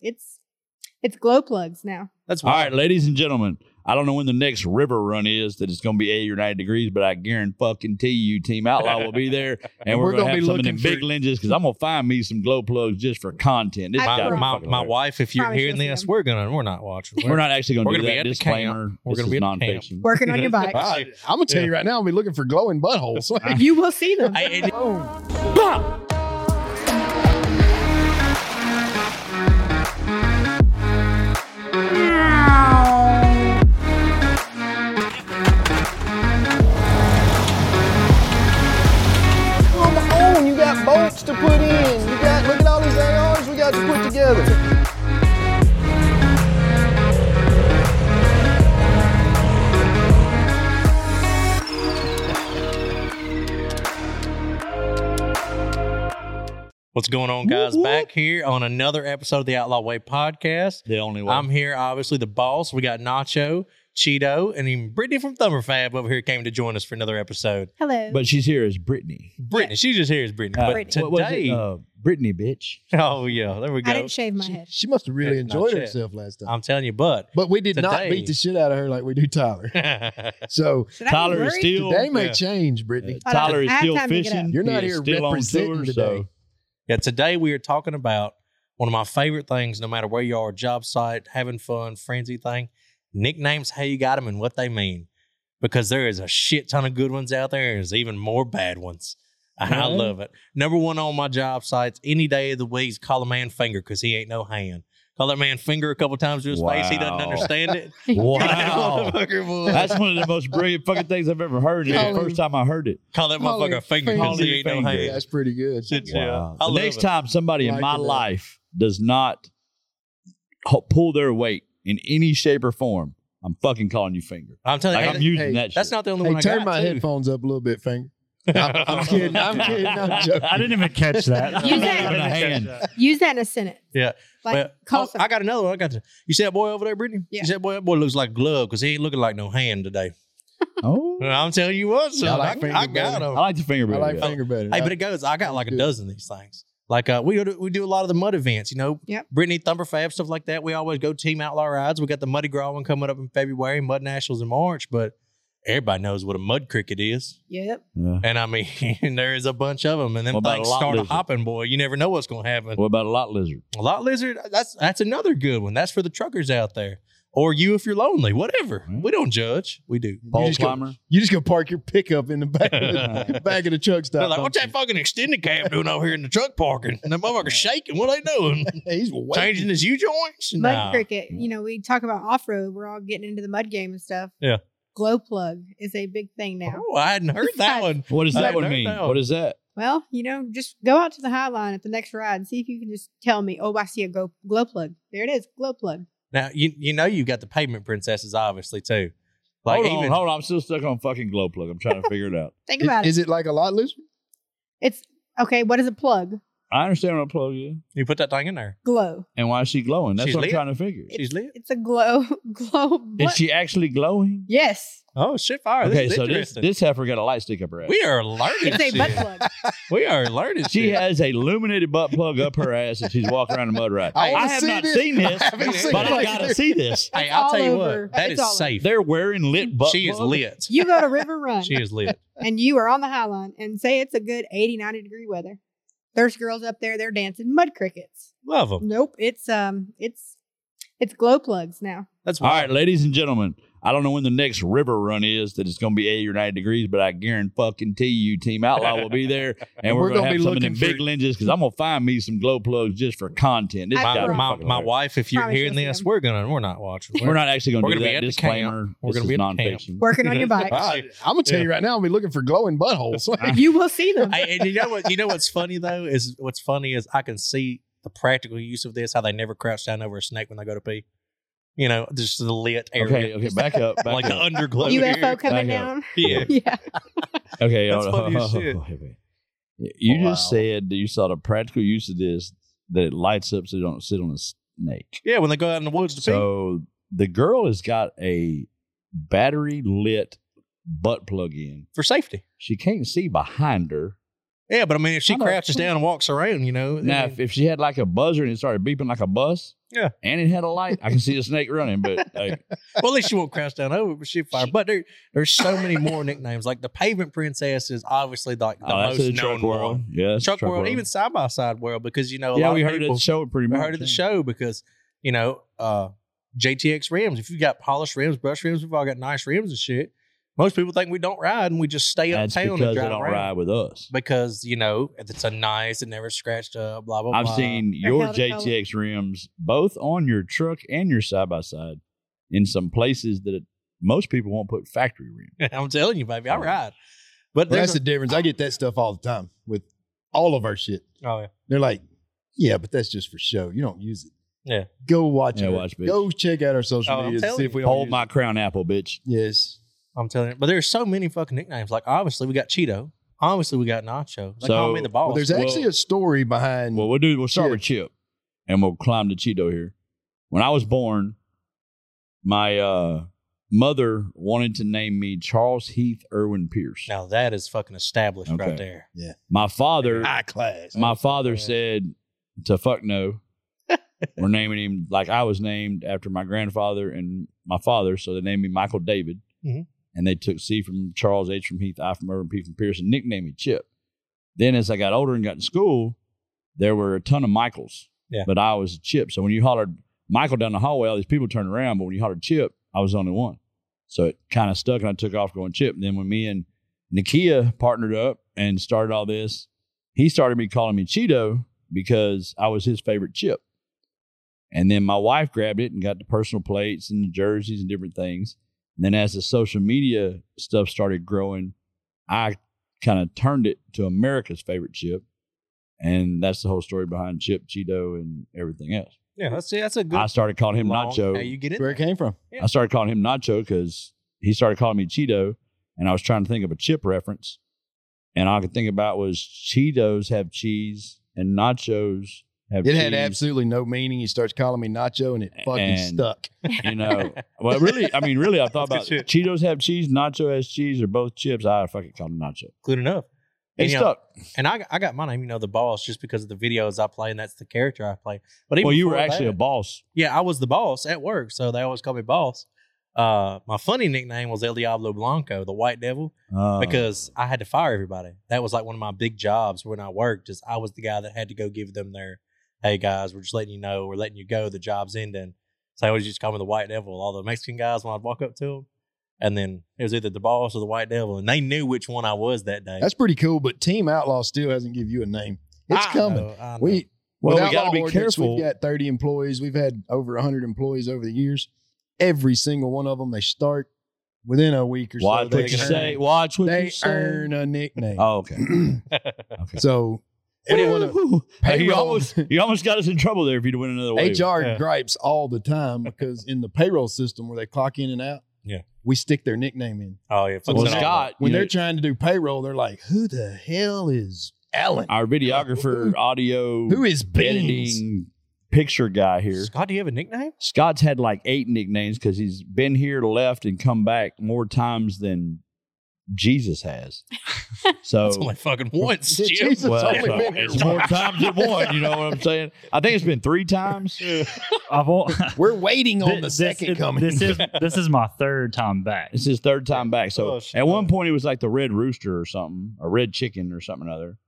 It's it's glow plugs now. That's All wild. right, ladies and gentlemen. I don't know when the next river run is that it's going to be 80 or 90 degrees, but I guarantee fucking you, Team Outlaw will be there. And we're, We're going gonna to have be some of them looking for- big lenses because I'm going to find me some glow plugs just for content. This I guy's promise. my, fucking my, my hilarious. wife, if you're Promise hearing you'll see this, them. we're gonna we're not watching. We're not actually going We're to do gonna be that. at the Disclaimer. camp. We're this gonna be at is the camp. nonfiction. Working on your bike. Wow. I'm gonna tell you right now, I'm gonna be looking for glowing buttholes. You will see them. I- it- Come on, you got bolts to put in. You got look at all these ARs we got to put together. What's going on, guys? Back here on another episode of the Outlaw Way podcast. The only way. I'm here, obviously, the boss. We got Nacho, Cheeto, and even Brittany from Thumberfab over here came to join us for another episode. Hello. but she's here as Brittany. Brittany, she just here is Brittany. Uh, but Brittany. What was it? today, Uh, Brittany, bitch. oh yeah, there we go. I didn't shave my head. She must have really It's not enjoyed shit. herself last time. I'm telling you, but But we did not Um, Today- beat the shit out of her like we do Tyler. So Should I be Tyler is worried? still. today may yeah. change, Brittany. I don't- Uh, Tyler is I have still time to get up. fishing. You're not He is here still on representing tour, today. so- Yeah, today we are talking about one of my favorite things, no matter where you are, job site, having fun, frenzy thing, nicknames, how you got them and what they mean. Because there is a shit ton of good ones out there. and There's even more bad ones. And I Really? love it. Number one on my job sites, any day of the week, is call a man finger because he ain't no hand. Call that man finger a couple times to his face. He doesn't Wow. understand it. That Wow. motherfucker will- That's one of the most brilliant fucking things I've ever heard. It's Holy- the first time I heard it. Call that Call motherfucker him a finger finger. because he ain't no Finger. hand. That's pretty good. Shit, yeah. Wow. I The love next it. time somebody in Like my it. life does not h- pull their weight in any shape or form, I'm fucking calling you finger. I'm telling you, Like hey, I'm using hey, that. that's shit. not the only Hey, one I turn got, my too. headphones up a little bit, finger. I'm, I'm kidding. I'm kidding. I'm joking. I didn't even catch that. You I did. didn't even Hand. catch that. Use that in a sentence. Yeah. Like Well, call oh, some- I got another one. I got to, you see that boy over there, Brittany? Yeah. You see that boy? That boy looks like a glove because he ain't looking like no hand today. Oh, Well, I'm telling you what, son, Yeah, I I, like finger I got bowling. I him. like the finger. I Really like well. finger better. Hey, but it goes. I got like a Good. dozen of these things. Like uh, we do, we do a lot of the mud events, you know. Yep. Brittany Thumberfab stuff like that. We always go team outlaw rides. We got the Muddy Gras one coming up in February, Mud Nationals in March. But everybody knows what a mud cricket is, Yep. Yeah. and I mean there is a bunch of them. And then What about things a lot start lizard? hopping, boy. You never know what's going to happen. What about a lot lizard? A lot lizard. That's that's another good one. That's for the truckers out there, or you if you're lonely. Whatever. Right. We don't judge. We do. You Pole just go- climber. you just gonna park your pickup in the back of the, back of the truck stop. They're like, what's that fucking extended cab doing over here in the truck parking? And that motherfucker's shaking. What are they doing? He's waiting. Changing his U joints? Mud cricket. You know, we talk about off road. We're all getting into the mud game and stuff. Yeah. Glow plug is a big thing now. Oh, I hadn't heard that one. What does I that haven't one heard mean? that one. What is that? Well, you know, just go out to the high line at the next ride and see if you can just tell me, oh, I see a go- glow plug. There it is, glow plug. Now you you know you got the pavement princesses obviously too. Like hold on, even hold on. I'm still stuck on fucking glow plug. I'm trying to figure it out. Think Is about it. is it like a lot lizard? It's okay. What is a plug? I understand what a plug is you put that thing in there. Glow. and why is she glowing. That's She's what I'm lit. trying to figure. Is She's lit. It's a glow, glow. What? she actually glowing? yes. Oh shit fire. okay, this is so this interesting. this heifer got a light stick up her ass. we are learning. It's a butt shit. plug. We are learning. She shit. has a illuminated butt plug up her ass and she's walking around the mud ride. I I, wanna have see not this. seen this, I haven't seen but it I like gotta this. see this. Hey, It's I'll all tell you over. what, that It's is all over. safe. They're wearing lit butt She is plugs. lit. You go to River Run She is lit. and you are on the high line and say it's a good 80, 90 degree weather. There's girls up there, they're dancing mud crickets. Love them. Nope. It's um it's it's glow plugs now. That's All right, ladies and gentlemen. I don't know when the next river run is that it's going to be 80 or 90 degrees, but I guarantee fucking you, Team Outlaw will be there. And we're, We're going to gonna have be some of them looking big for- lenses because I'm going to find me some glow plugs just for content. This I My, guy's promise. my, fucking my hilarious. wife, if you're Promise you'll hearing see this, them. we're gonna we're not watching. We're not actually going We're to do gonna be that. at the Disclaimer. camp. We're this gonna is be at the camp. nonfiction. Working on your bike. Wow. I'm gonna tell Yeah. you right now, I'm be looking for glowing buttholes. You will see them. I, and you know what? You know what's funny though is what's funny is I can see the practical use of this. How they never crouch down over a snake when they go to pee. You know, just the lit area, Okay, okay, back up. Back like the up. underglow. UFO area. coming Back down. Yeah. Yeah. Okay, That's hold on. funny as shit. Wait, wait. You just Wow. said that you saw the practical use of this that it lights up so you don't sit on a snake. yeah, when they go out in the woods to So the girl has got a battery lit butt plug in. pee for safety. She can't see behind her. Yeah, but I mean, if she I know. crouches down and walks around, you know, I Now, mean, if, if she had like a buzzer and it started beeping like a bus, Yeah. And it had a light. I can see a snake running, but like, Well, at least she won't crash down over, it, but she fire. But there, there's so many more nicknames. Like the Pavement Princess is obviously like the oh, that's most the known truck one. world. Yeah, that's Truck, the world, even side by side world, because you know a yeah, lot we of heard it at people the show pretty we much. heard of the yeah. show because you know uh, JTX rims. If you got polished rims, brush rims, we've all got nice rims and shit. Most people think we don't ride and we just stay That's uptown because and they drive don't around ride with us. because you know it's a nice, it never scratched up. Blah blah. I've blah. seen They're your held to color. JTX rims both on your truck and your side by side in some places that most people won't put factory rims. I'm telling you, baby, I ride. But Well, there's that's the difference. I get that stuff all the time with all of our shit. a, oh yeah. They're like, yeah, but that's just for show. You don't use it. Yeah. Go watch Yeah, it. watch, bitch. Go check out our social Oh, I'm media to telling see if we don't Hold use my crown apple, bitch. it. Yes. I'm telling you. But there's so many fucking nicknames. Like obviously we got Cheeto. Obviously we got Nacho. They So- call me the boss. Well, there's Well- actually a story behind. Well, we'll do. We'll start with Chip, and we'll climb to Cheeto here. When I was born, my uh, mother wanted to name me Charles Heath Irwin Pierce. now that is fucking established Okay. right there. My father, high class. my father Yeah. said to fuck no. We're naming him like I was named after my grandfather and my father, so they named me Michael David. Mhm. And they took C from Charles, H from Heath, I from Irvin, P from Pierce, and nicknamed me Chip. Then as I got older and got in school, there were a ton of Michaels, Yeah. but I was Chip. So when you hollered Michael down the hallway, all these people turned around, but when you hollered Chip, I was the only one. So it kind of stuck, and I took off going Chip. And then when me and Nakia partnered up and started all this, he started me calling me Cheeto because I was his favorite chip. And then my wife grabbed it and got the personal plates and the jerseys and different things. And then as the social media stuff started growing, I kind of turned it to America's favorite chip. And that's the whole story behind Chip, Cheeto, and everything else. Yeah, that's that's a good I started calling him long- How Nacho. you get it? where it came from. Yeah. I started calling him Nacho because he started calling me Cheeto, and I was trying to think of a chip reference, and all I could think about was Cheetos have cheese and nachos have It cheese. had absolutely no meaning. He starts calling me Nacho, and it fucking And- stuck. you know. well, really, I mean, really, I thought That's about good Cheetos have cheese, Nacho has cheese, or both chips. I fucking called him Nacho. Good enough. It And, you know, stuck. and I, I got my name, you know, the boss, just because of the videos I play, and that's the character I play. But even Well, you were before actually that- a boss. yeah, I was the boss at work, so they always call me boss. Uh, my funny nickname was El Diablo Blanco, the White Devil, Uh, because I had to fire everybody. That was like one of my big jobs when I worked. Is I was the guy that had to go give them their, hey guys, we're just letting you know, we're letting you go, the job's ending. So they always just call me the White Devil. All the Mexican guys when I'd walk up to them, and then it was either the boss or the White Devil, and they knew which one I was that day. That's pretty cool. But Team Outlaw still hasn't give you a name. It's I coming. know, I know. We well, with we got Outlaw to be Ordinance, careful. We've got 30 employees. We've had over 100 employees over the years. Every single one of them, they start within a week or Watch so. what they you earn- say. Watch what you They say. earn a nickname. Oh, okay. Okay. So everyone of Hey, you payroll- almost you almost got us in trouble there if you'd win another wave. HR Yeah. gripes all the time because in the payroll system where they clock in and out, Yeah. we stick their nickname in. oh yeah, fucking So Well, when they- Scott, you when they're know, trying to do payroll, they're like, "Who the hell is Alan? our videographer, audio, Who is Beans?" editing picture guy here. Scott, do you have a nickname? Scott's had like eight nicknames because he's been here, left, and come back more times than Jesus has. It's So only fucking once. Yeah, Jim. Jesus well, only so been here it's more once. times than one. You know what I'm saying? I think it's been three times. I've all, We're waiting on Thi- the second this, is- coming. This is this is my third time back. it's his third time back. So Oh, shit. at one point he was like the red rooster or something, a red chicken or something or other.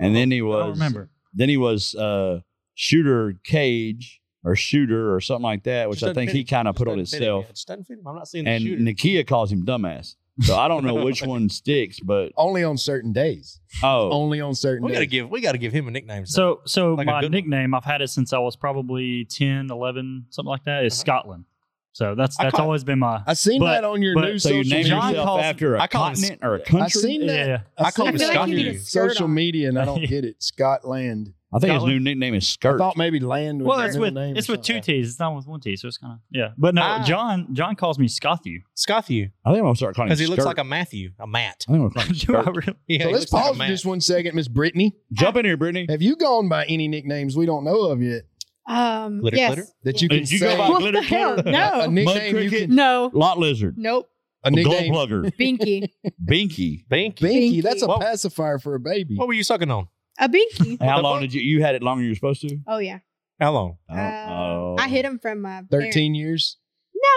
And then Oh, he I was don't remember. Then he was uh, shooter cage or shooter or something like that, which Just I think doesn't he fit him. kind of Just put on doesn't fit him himself. yet. Just doesn't fit him. I'm not seeing the And shooter. Nakia calls him dumbass. So I don't know which one sticks, but only on certain days. oh, Only on certain we gotta days. give we gotta give him a nickname. son. So so Like a my good one. nickname I've had it since I was probably 10, 11, something like that is Uh-huh. Scotland. So that's I that's call- always been my I seen But- that on your but- new so social you name media. John yourself calls- after a I call him continent or a I country? seen yeah, that. yeah. I call seen him that Scott on your Hughes. social media, and I don't Yeah. get it. Scotland. I think his Scotland? new nickname is I Skirt. thought maybe land was Well, their it's middle with name or it's with two something. T's. It's not with one T, so it's kind of yeah. But no, Ah. John John calls me Scothew. Scott you I think I'm gonna start calling him because he looks Skirt. like a Matthew, a Matt. I think I'm gonna call him Do I Skirt. really? Yeah, So he let's looks like a pause for Matt. just one second, Miss Brittany. Jump in here, Brittany. Have you gone by any nicknames we don't know of yet Um, Glitter, yes. glitter? that you Did can you say? go by What glitter the hell? glitter? a No, nickname you cricket? can. no, Lot lizard, nope. A glow nickname. plugger, Binky, binky. Binky. Binky. That's a What- pacifier for a baby. What were you sucking on? a binky. How The long fuck? did you? You had it longer than you were supposed to. Oh yeah, Uh, How long? I don't know. I hid them from my parents. 13 years.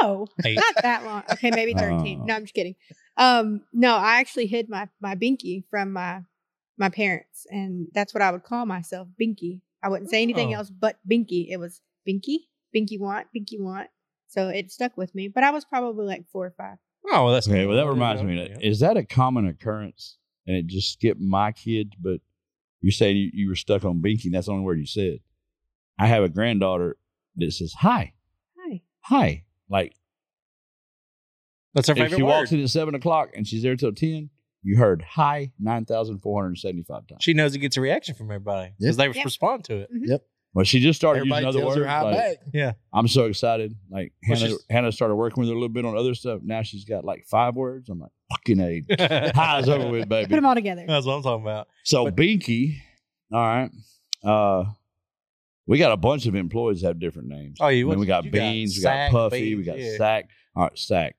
No, Eight. not that long. Okay, maybe thirteen. Oh. No, I'm just kidding. Um, no, I actually hid my my binky from my my parents, and that's what I would call myself, binky. I wouldn't say anything Oh. else but binky. It was binky, binky want, binky want. So it stuck with me. But I was probably like four or five. Oh, well, that's Okay, well that cool. reminds me. Yeah. Is that a common occurrence? And it just skipped my kids, but you said you, you were stuck on binky. That's the only word you said. I have a granddaughter that says hi, Hi. hi. Like That's her if favorite she word. walks in at seven o'clock and she's there till ten, you heard hi nine thousand four hundred seventy-five times. she knows it gets a reaction from everybody because they Yeah. respond to it. well, she just started Everybody using other tells words. her hi like, back. I'm so excited. Like Well, Hannah, she's- Hannah started working with her a little bit on other stuff. Now she's got like five words. I'm like fucking a. Hi is over with, Put baby. them all together. That's what I'm talking about. So But- Binky, all right. Uh we got a bunch of employees that have different names. Oh, you I mean, we got you Beans, Sack, we got Puffy, we Beans, got yeah. Hmm. Sack. All right, Sack.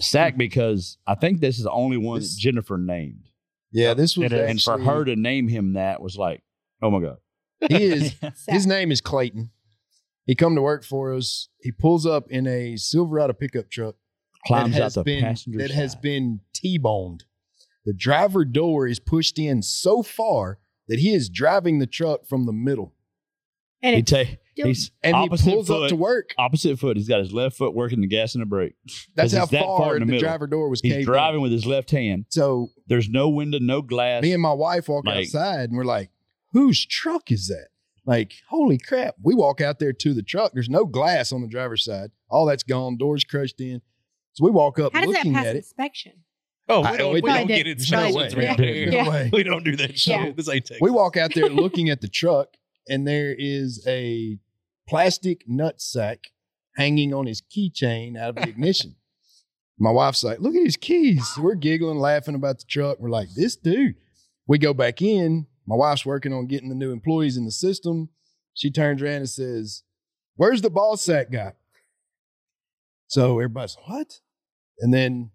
Sack because I think this is the only one This- that Jennifer named. Yeah, this was It is. And for her to name him that was like, oh my God. he is So- His name is Clayton. He come to work for us. He pulls up in a Silverado pickup truck Climbs that out has the been passenger that has side. been T-boned. The driver door is pushed in so far that he is driving the truck from the middle, and he it, ta- he's and opposite he pulls foot, up to work. Opposite foot. He's got his left foot working the gas and the brake. 'Cause That's he's how that far far in the the, middle. driver door was He's caved. in. driving with his left hand. So There's no window, no glass. me and my wife walk Like- outside, and we're like, "Whose truck is that?" Like, holy crap! We walk out there to the truck. There's no glass on the driver's side. All that's gone. Doors crushed in. So we walk up how does that looking pass at it. inspection? Oh, I- we don't, we we don't don't- get inspections no way. around here. Yeah. No way. We don't do that shit. Yeah. This ain't Texas. We walk out there looking at the truck, and there is a plastic nut sack hanging on his keychain out of the ignition. My wife's like, look at his keys. We're giggling, laughing about the truck. We're like, this dude. We go back in. My wife's working on getting the new employees in the system. She turns around and says, Where's the ball sack guy? So everybody's like, what? And then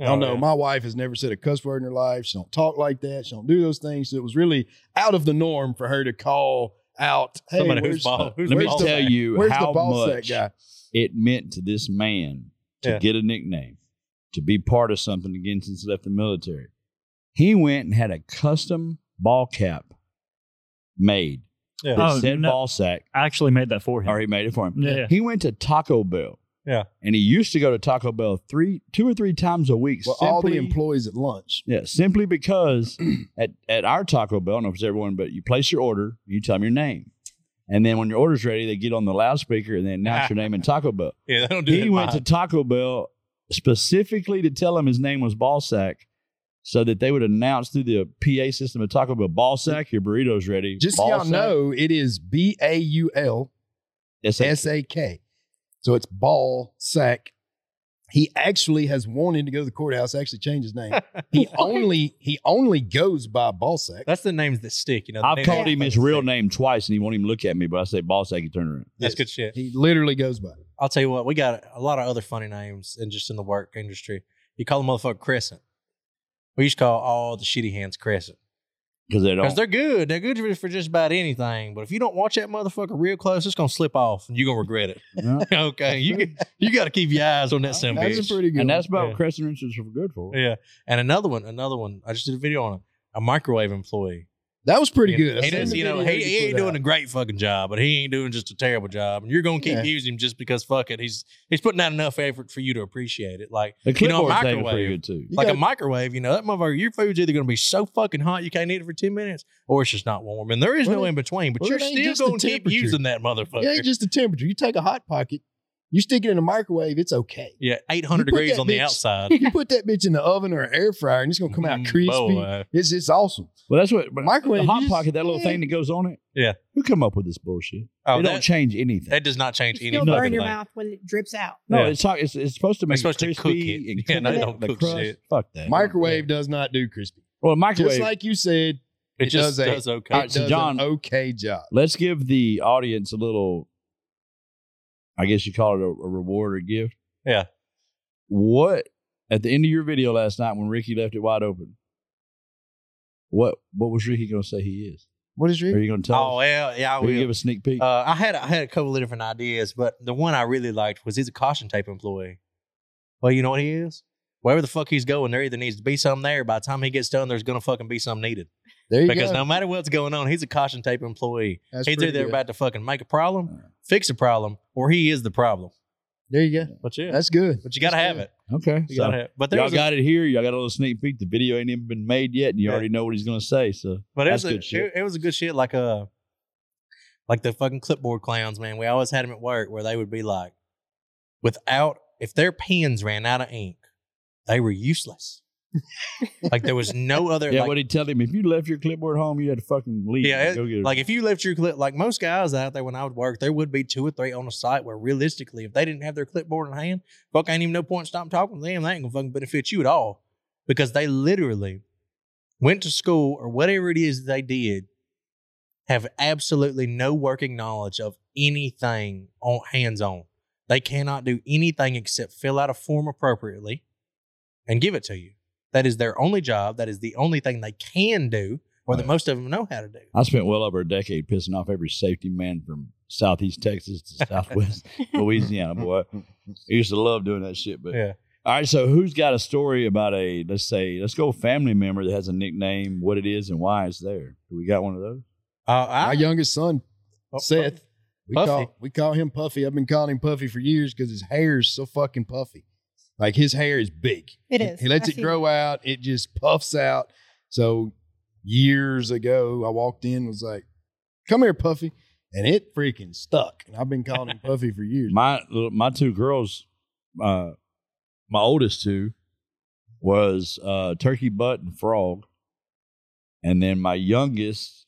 I Oh, don't know. My wife has never said a cuss word in her life. She don't talk like that. She don't do those things. So it was really out of the norm for her to call out. Hey, Somebody who's where's, bald. Who's Let me Where's bald? the- tell you where's how the ball much sack guy? it meant to this man to Yeah. get a nickname, to be part of something again since he left the military. He went and had a custom ball cap made Yeah. that Oh, said no. ball sack, I actually made that for him. or he made it for him. Yeah. He went to Taco Bell. Yeah. And he used to go to Taco Bell three, two or three times a week. Well, all the simply- employees at lunch. Yeah, simply because at, at our Taco Bell, I don't know if it's everyone, but you place your order, you tell them your name. And then when your order's ready, they get on the loudspeaker and they announce your name in Taco Bell. Yeah, they don't do He that. went to Taco Bell specifically to tell him his name was Ballsack so that they would announce through the PA system at Taco Bell, Ballsack, your burrito's ready. Just so y'all Ballsack." know, it is B A U L It's a- S A K. So it's ball sack. He actually has wanted to go to the courthouse. Actually, change his name. He only he only goes by ball sack. That's the names that stick. You know, the I've names called that him fucking his real stick. name twice and he won't even look at me, but I say Ballsack, he turned around. That's Yes. good shit. He literally goes by. it. I'll tell you what, we got a lot of other funny names and just in the work industry. You call the motherfucker Crescent. We used to call all the shitty hands Crescent Because they because don't. they're good. They're good for just about anything. But if you don't watch that motherfucker real close, it's gonna slip off and you're gonna regret it. Yeah. okay, you can- you got to keep your eyes on that son of a That's bitch. a pretty good. And one. that's about Yeah. what Crescent Richards were good for. yeah, and another one, another one. I just did a video on him. A microwave employee. That was pretty good. I He seen does, the you know, video he, you he ain't put doing out. a great fucking job, but he ain't doing just a terrible job. And you're gonna keep Yeah. using him just because fuck it, he's he's putting out enough effort for you to appreciate it. Like The You know, a clipboard thing was microwave. pretty good too. You like gotta- a microwave, you know, that motherfucker, your food's either gonna be so fucking hot you can't eat it for ten minutes, or it's just not warm, and there is Well, no it- in between. But well, you're it ain't still just the gonna keep temperature. using that motherfucker. It ain't just the temperature. You take a hot pocket, you stick it in a microwave, it's okay. yeah, eight hundred You put degrees that on the bitch- outside. You put that bitch in the oven or an air fryer, and it's gonna come out Mm, crispy. boy. It's it's awesome. Well, that's what but Microwave, the you hot just- pocket, that little yeah. thing that goes on it. Yeah. who come up with this bullshit? Oh, they don't that, change anything. that does not change You anything. still burn your Like, mouth when it drips out. no, yeah. it's, talk, it's it's supposed to make supposed to it cook crispy it. and Yeah, no, cook they it, don't the cook crust. shit. Fuck that. Microwave does not do crispy. Well, a microwave. Just like you said, It It just does eh? that. does, okay. it All right, so does John- an okay job. let's give the audience a little. I guess you call it a, a reward or gift. Yeah. What at the end of your video last night when Ricky left it wide open? What what was Ricky going to say he is? What is Are Rick? you going to tell Oh us? well, yeah, I Are you gonna give will. a sneak peek? Uh, I had I had a couple of different ideas, but the one I really liked was he's a caution tape employee. Well, you know what he is? Wherever the fuck he's going, there either needs to be something there. By the time he gets done, there's gonna fucking be something needed. There you Because go. no matter what's going on, he's a caution tape employee. That's he's pretty either good. about to fucking make a problem, fix a problem, or he is the problem. There you go. But yeah, That's good. but you gotta that's have good. it. okay. You So gotta have. But y'all there's a, got it here. Y'all got a little sneak peek. The video ain't even been made yet, and you Yeah. already know what he's going to say. So But it That's was a, good shit. It, it was a good shit. Like uh, like the fucking clipboard clowns, man. We always had them at work where they would be like, without if their pens ran out of ink, they were useless. like there was no other. yeah, like, what he tell him? If you left your clipboard home, you had to fucking leave. yeah, it- go get it. like if you left your clip, like most guys out there when I would work, there would be two or three on the site where realistically, if they didn't have their clipboard in hand, fuck, ain't even no point in stopping talking to them. They ain't gonna fucking benefit you at all because they literally went to school or whatever it is they did, have absolutely no working knowledge of anything on hands on. They cannot do anything except fill out a form appropriately and give it to you. That is their only job. That is the only thing they can do, or that Right. most of them know how to do. I spent well over a decade pissing off every safety man from southeast Texas to southwest Louisiana. Boy, I used to love doing that shit. But Yeah. all right, so who's got a story about a let's say let's go family member that has a nickname, what it is, and why it's there? Do we got one of those? Uh, My I, youngest son, oh, Seth. We Puffy. call we call him Puffy. I've been calling him Puffy for years because his hair is so fucking puffy. Like his hair is big. It is. He lets I it see grow out. It just puffs out. So years ago, I walked in was like, "Come here, Puffy," and it freaking stuck. And I've been calling him Puffy for years. My little- my two girls, uh, my oldest two, was uh, turkey butt and frog, and then my youngest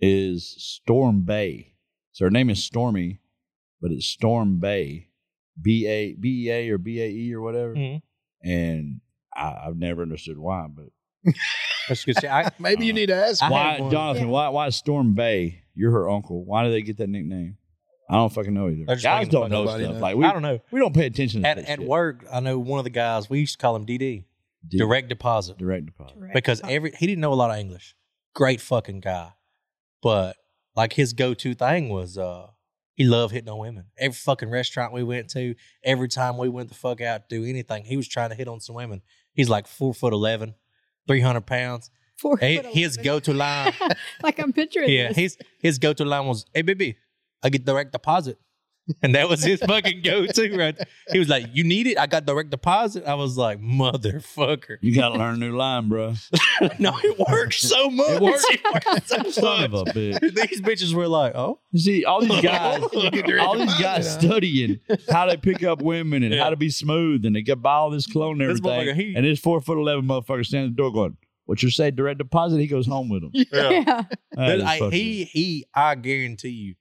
is Storm Bay. So her name is Stormy, but it's Storm Bay, B A B E A or B A E or whatever. Mhm. And I, I've never understood why, but that's good shit. I, Maybe you need to ask. I him. why, had one. Jonathan? Yeah. Why why is Storm Bay? You're her uncle. Why do they get that nickname? I don't fucking know either. They're just Guys making the fuck- don't know stuff. Nobody knows. Like we, I don't know. we don't pay attention to At, that at shit. work, I know one of the guys, we used to call him DD, Dude. direct deposit, direct deposit. Correct. because every he didn't know a lot of English. Great fucking guy. But like his go to thing was uh, he loved hitting on women. Every fucking restaurant we went to, every time we went the fuck out to do anything, he was trying to hit on some women. He's like four foot 11, 300 pounds. Four Hey, foot his eleven. go to line. like I'm picturing. Yeah, this. his his go to line was, "Hey, baby, I get direct deposit," and that was his fucking go to. Right? He was like, "You need it? I got direct deposit." I was like, "Motherfucker!" You gotta learn a new line, bro. no, it works so much. It works. works so Son of much. a bitch. These bitches were like, "Oh, You see, all these guys, all these guys studying how to pick up women and Yeah. how to be smooth, and they get by all this clone and This everything. motherfucker, he- and this four foot eleven motherfucker standing at the door going, "What you say? Direct deposit?" He goes home with him. yeah. That is I, fucking- he he." I guarantee you,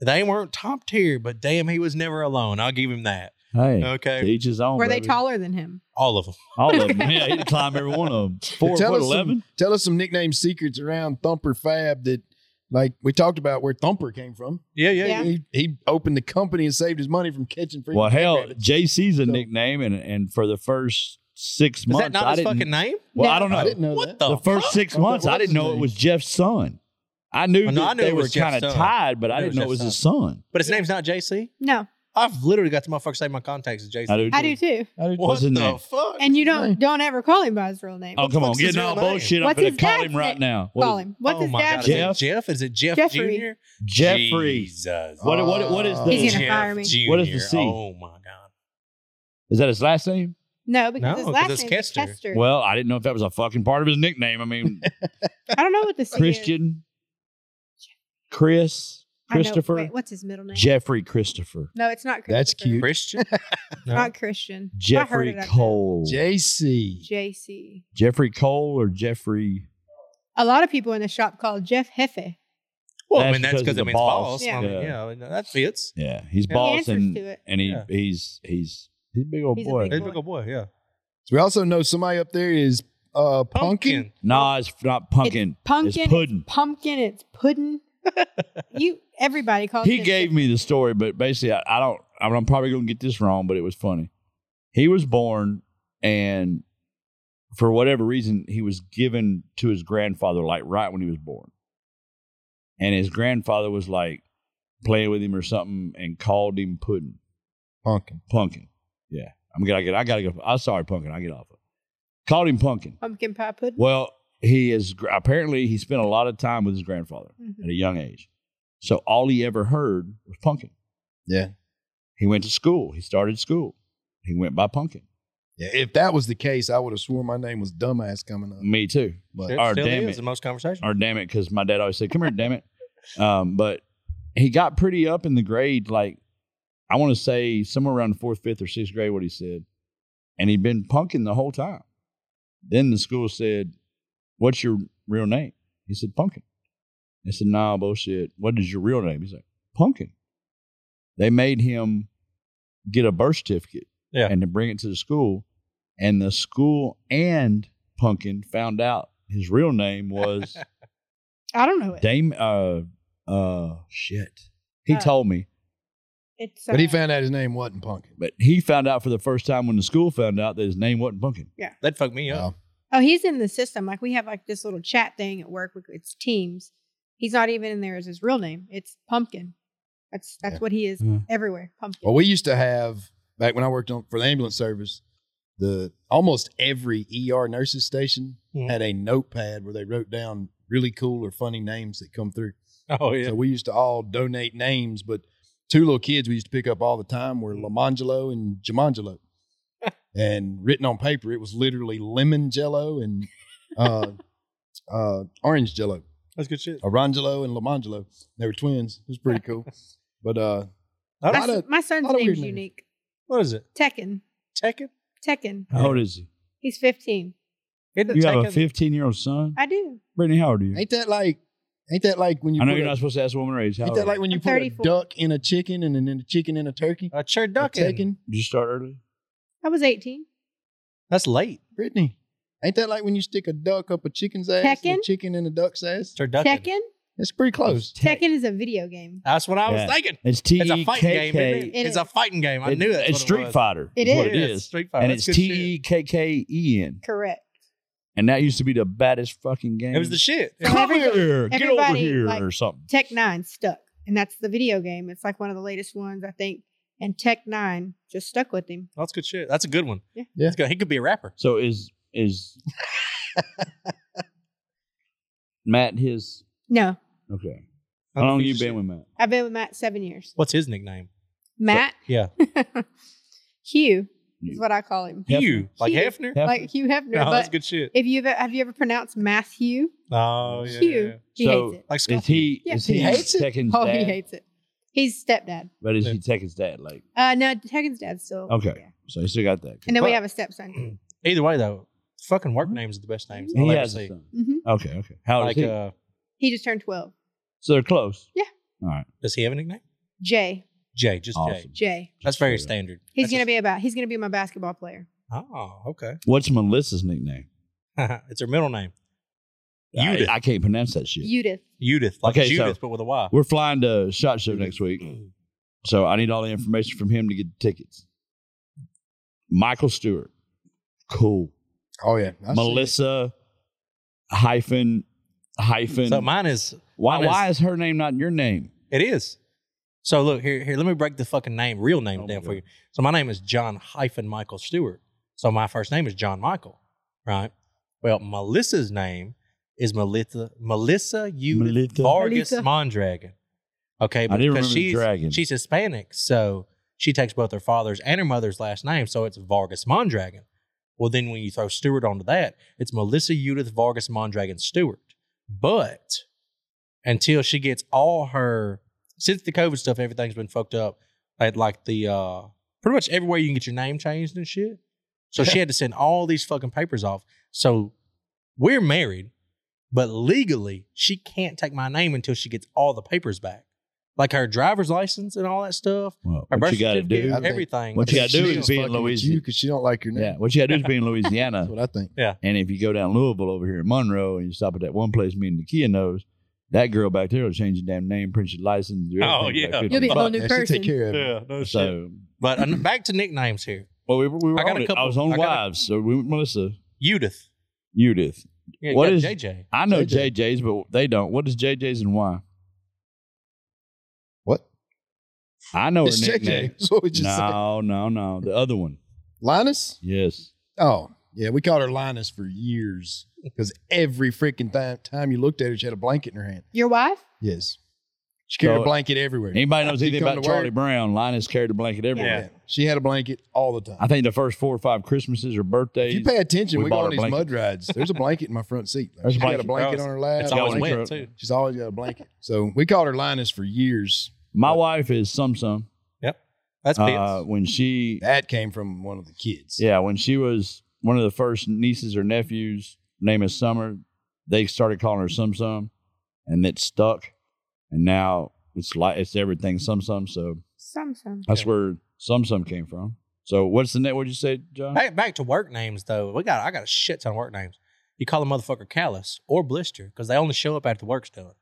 they weren't top tier, but damn, he was never alone. I'll give him that. hey, to Okay, each his own. Were they Oh, baby. taller than him? all of them. All of them. Yeah, he'd climb every one of them. Four tell foot us eleven. Some, tell us some nickname secrets around Thumper Fab that, like we talked about, where Thumper came from. Yeah, yeah, Yeah. He, he opened the company and saved his money from catching free. Well, hell, rabbits. JC's a So- nickname, and and for the first six Is months, that not I his didn't. fucking name? well, I No. don't know. I didn't know What that. the, the first fuck? six I thought months, that I was didn't his know it name. was Jeff's son. I knew Well, no, I that knew they it were was Jeff's kind of son. tied, but I I knew it didn't know it was was his son. But his name's not JC. No, I've literally got the motherfucker saved my contacts as JC. I do. I do too. What's What his the name? fuck? And you Right. don't don't ever call him by his real name. Oh, come on, fuck's his getting all real name? bullshit. What's I'm gonna his call dad's him right name? now. What call is- him. What's oh his my dad's God, is name? it Jeff? Is it Jeff Jeffrey. Jr.? Jeffrey. Jesus. What, what, what is He's the? He's Jeff gonna fire me. Jr. What is the C? Oh my God. Is that his last name? No, because No, his 'cause last it's name is Kester. Kester. Well, I didn't know if that was a fucking part of his nickname. I mean, I don't know what this is. Christian, Chris, I know- Christopher, wait, what's his middle name? Jeffrey Christopher, No, it's not. Christopher. That's cute. Christian? No. Not Christian. I heard Jeffrey it up there. Cole, JC. JC. Jeffrey Cole, or Jeffrey. A lot of people in the shop call Jeff Hefe. Well, I That's mean, that's because because he's a it means boss. boss. Yeah. I mean, Yeah. yeah, I mean, that fits. Yeah, he's He boss answers and to it. and he Yeah. he's he's he's a big old He's a boy. big- He's a big old boy, yeah. So we also know somebody up there is uh, Pumpkin. nah, it's not pumpkin. Pumpkin. It's pudding. It's pumpkin. It's pudding. you. Everybody calls. He him gave me the story, but basically, I, I don't. I mean, I'm probably going to get this wrong, but it was funny. He was born, and for whatever reason, he was given to his grandfather like right when he was born. and his grandfather was like playing with him or something and called him Puddin. Pumpkin. Pumpkin. Yeah. I'm gonna get I gotta go. I'm sorry, pumpkin. I get off of it. Called him pumpkin. Pumpkin pie pudding. Well, he is gr- apparently he spent a lot of time with his grandfather Mhm. at a young age. So all he ever heard was pumpkin. Yeah. He went to school. He started school. He went by pumpkin. Yeah. If that was the case, I would have sworn my name was dumbass coming up. Me too. But It Or still damn is it. in most conversations. Or damn it, because my dad always said, "Come here, damn it." Um, but he got pretty up in the grade. Like I want to say somewhere around the fourth, fifth, or sixth grade, what he said, and he'd been punking the whole time. Then the school said, "What's your real name?" He said, "Punkin." They said, "Nah, bullshit. What is your real name?" He's like, "Punkin." They made him get a birth certificate Yeah. and to bring it to the school, and the school and Punkin found out his real name was. I don't know it. Dame, uh, uh, shit. He Uh, told me, It's, uh, but he found out his name wasn't Pumpkin. but he found out for the first time when the school found out that his name wasn't Pumpkin. That'd fuck me up. Wow. oh, he's in the system. Like we have like this little chat thing at work. With, it's Teams. He's not even in there as his real name. It's Pumpkin. That's that's Yeah. what he is Yeah. everywhere. Pumpkin. Well, we used to have back when I worked on for the ambulance service, the almost every ER nurses station Mhm. had a notepad where they wrote down really cool or funny names that come through. Oh yeah. So we used to all donate names, but two little kids we used to pick up all the time were Mm-hmm. Lamangelo and Jamangelo. and written on paper, it was literally lemon jello and uh, uh, orange jello, That's good shit. Orangelo and Lamangelo. They were twins. It was pretty cool. But uh, my, I don't- lot s- of- my son's lot of weird name's names. unique. What is it? Tekken. Tekken? Tekken. How old is he? He's 15. Isn't it You have a Tekken? 15 year old son? I do. Brittany, how old are you? ain't that like, ain't that like when you I know put you're a- not supposed to ask a woman her age. How Ain't old that are like you? when you I'm put 34. a duck in a chicken and then a chicken in a turkey? Uh, A A Uh, turducken. chicken? Did you start early? I was 18. That's late. Brittany. Ain't that like when you stick a duck up a chicken's ass Tekken? and a chicken in a duck's ass? Turducken. Tekken? It's pretty close. Tek- Tekken is a video game. That's what I was Yeah. thinking. It's T It's a E K fighting game. K. isn't it? It's a fighting game. I knew that. It's Street Fighter. It is what is. It is. Street Fighter. And That's it's good T shit. E K K E N. Correct. And that used to be the baddest fucking game. It was the shit. It was- Come here, get over everybody, here, like- or something. Tech Nine stuck, and that's the video game. It's like one of the latest ones, I think. And Tech Nine just stuck with him. That's good shit. That's a good one. Yeah. Yeah. That's good. He could be a rapper. So is is Matt his No, okay? How long you been with Matt? I've been with Matt seven years. What's his nickname? Matt Yeah. Hugh is Mm. Hugh. what I call him, Hefner. Hugh. Like Hugh. Hefner? Hefner. like Hugh Hefner. No, that's but good shit. if you've e, have you ever pronounced Matthew Oh, yeah. yeah, Hugh, yeah. he So- hates it. Like Scott. Is he? Yeah. Is He he, hates it? Tekken's Oh, dad? he hates it. He's stepdad. But is he Tekken's dad? Like, Uh, no, Tekken's dad's still Okay. yeah. so he still got that. And then we But- have a stepson. Either way, though, fucking work names are the best names. I'll he ever has a see. son. hmm Okay, okay. How old Like, is he? uh, He just turned twelve. so they're close. Yeah. All right. does he have a nickname? Jay, Jay, just Jay. Awesome. Jay. That's very standard. He's gonna be about. He's gonna be my basketball player. Oh, okay. What's Melissa's nickname? it's her middle name. I, Judith. I can't pronounce that shit. Judith. Judith, like Okay, so- Judith, but with a Y. We're flying to Shot Show next week, so I need all the information from him to get the tickets. Michael Stewart, cool. Oh yeah. I see. Melissa hyphen hyphen. So mine is why mine is- why is her name not your name? it is. So look here, here. Let me break the fucking name, real name Oh, my down for God. you. So my name is John hyphen Michael Stewart. So my first name is John Michael, right? Well, Melissa's name is Melissa Melissa Judith Melissa. Vargas Melissa. Mondragon. Okay, I didn't because remember the she's, dragon. She's Hispanic, so she takes both her father's and her mother's last name, so it's Vargas Mondragon. Well, then when you throw Stewart onto that, it's Melissa Judith Vargas Mondragon Stewart. But until she gets all her since the COVID stuff, everything's been fucked up at like the uh pretty much everywhere you can get your name changed and shit. So she had to send all these fucking papers off. So we're married, but legally she can't take my name until she gets all the papers back. Like her driver's license and all that stuff. Well, Her what birth you got to certificate, do? I think- everything. What you I gotta think do she is was be in fucking with Louisiana. you because she don't like your name. Yeah, what you got to do is be in Louisiana. That's what I think. And if you go down Louisville over here in Monroe and you stop at that one place me and Nakia knows, that girl back there will change your damn name, print your license. do Oh, everything for yeah. Like You'll be a Fuck, whole new man, she person. take care of it. no $50. So, But uh, back to nicknames here. well, we, were- we were I got on a it. I couple- was on I got a- wives. so we went Melissa, Judith. Judith. Yeah, you What got is- JJ? I know JJ. JJ's, but they don't. What is JJ's and why? I know her It's nickname. JJ. That's what we just said. No, no, no. The other one. Linus? Yes. Oh, yeah. We called her Linus for years because every freaking time, time you looked at her, she had a blanket in her hand. Your wife? Yes. She carried So- a blanket everywhere. Anybody knows You anything come about to work- Charlie Brown? Linus carried a blanket everywhere. Yeah. She had a blanket all the I time. think the first four or five Christmases or birthdays. If you pay attention, we we, bought go her on these blanket. mud rides. There's a blanket in my front seat. Like, There's a she's got a blanket. blanket on her Uh, lap. It's Yeah, always we blanket. wet grew- too. She's always got a blanket. So we called her Linus for years. My wife is some some. That's pits. Uh, when she, That came from one of the kids. yeah, when she was one of the first nieces or nephews, her name is Summer. They started calling her some some, and it stuck. And now it's like it's everything some some. So Some, some. that's where some some came from. So what's the net? What'd you say, John? Back, back to work names though. We got I got a shit ton of work names. You call a motherfucker callus or blister because they only show up after the work's done.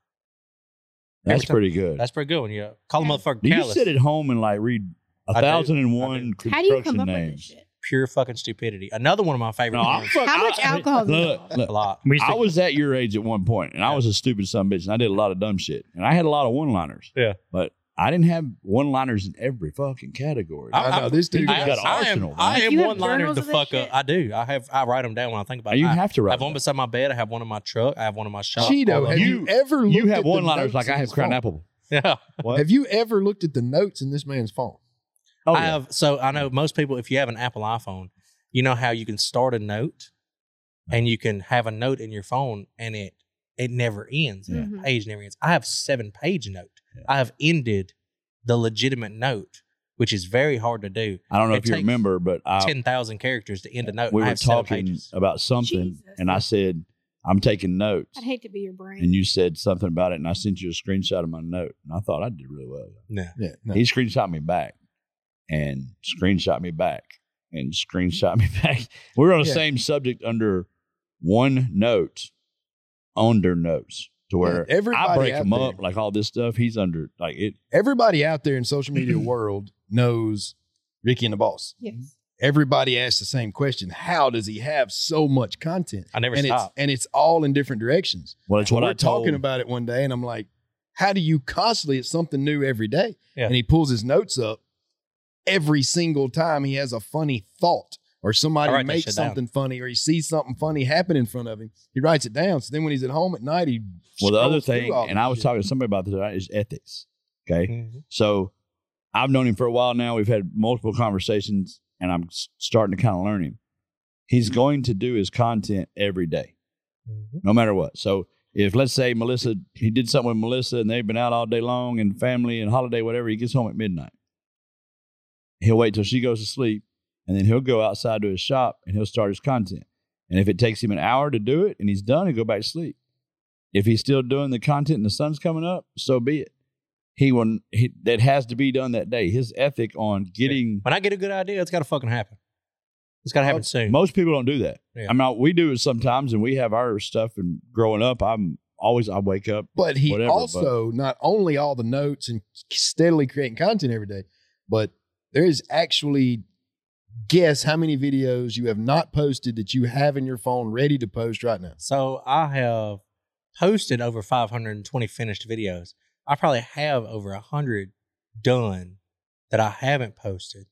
that's every time- pretty good. That's pretty good one. Yeah, call a motherfucker Do you callous. sit at home and like read I a do. thousand and I one construction How do you come up names? with this shit? Pure fucking stupidity. Another one of my favorite. No, I'm names. fuck- How much I- alcohol is Look, involved? a look. lot. We used to, I was at your age at one point, and I was a stupid son of a bitch, and I did a lot of dumb shit, and I had a lot of one-liners. Yeah. but I didn't have one-liners in every fucking category. I, I- know. This dude I- got got a- an arsenal, I man. am, I You am have one liner journals the of that fuck up. shit? I do. I have I write them down when I think about it. you I, have to I write. have one beside my bed. I have one in my truck. I have one in my shop. Cheeto, All of have them. you, ever looked you at have the one-liners notes like in I have his Crown phone? Apple. Yeah. Have you ever looked at the notes in this man's phone? Oh, I yeah. have. So I know most people. If you have an Apple iPhone, you know how you can start a note, and you can have a note in your phone, and it it never ends. Yeah. Mhm. Page never ends. I have seven page note. Mm-hmm. Yeah. I have ended the legitimate note, which is very hard to do. I don't know it if you takes remember, but I, Ten thousand characters to end a note. we I were have seven talking uh, pages. about something, Jesus. and I said I'm taking notes, I'd hate to be your brain. and you said something about it, and I sent you a screenshot of my note, and I thought I did really well. No. Yeah. no. He screenshot me back and screenshot me back and screenshot me back. We were on the Yeah. same subject under one note, under notes, to where Yeah, everybody I break out him up there. like all this stuff. He's under like it. Everybody out there in social media world knows Ricky and the boss. yes. Everybody asks the same question: How does he have so much content? I never and it's, stop. and it's all in different directions. Well, it's what We're I told. talking about it one day, and I'm like, "How do you constantly? It's something new every day." Yeah. And he pulls his notes up every single time he has a funny thought, or I somebody write that makes shit down. something funny, or he sees something funny happen in front of him. He writes it down. So then when he's at home at night, he well, the other scrolls through thing, all and this I was shit. Mm-hmm. talking to somebody about this right, is ethics. Okay, Mhm. so I've known him for a while now. We've had multiple conversations, and I'm s- starting to kind of learn him. He's Mm-hmm. going to do his content every day. Mhm. no matter what. So if let's say Melissa, he did something with Melissa and they've been out all day long and family and holiday, whatever, he gets home at midnight. He'll wait till she goes to sleep and then he'll go outside to his shop and he'll start his content. And if it takes him an hour to do it and he's done, he'll go back to sleep. If he's still doing the content and the sun's coming up, so be it. He will, he, that has to be done that day. His ethic on getting, When I get a good idea, it's got to fucking happen. It's got to happen soon. most people don't do that. Yeah. I mean, we do it sometimes and we have our stuff. And growing up, I'm always, I wake up But he Whatever, also not only all the notes and steadily creating content every day, but there is actually guess how many videos you have not posted that you have in your phone ready to post right now. So I have posted over 520 finished videos. I probably have over 100 done that I haven't posted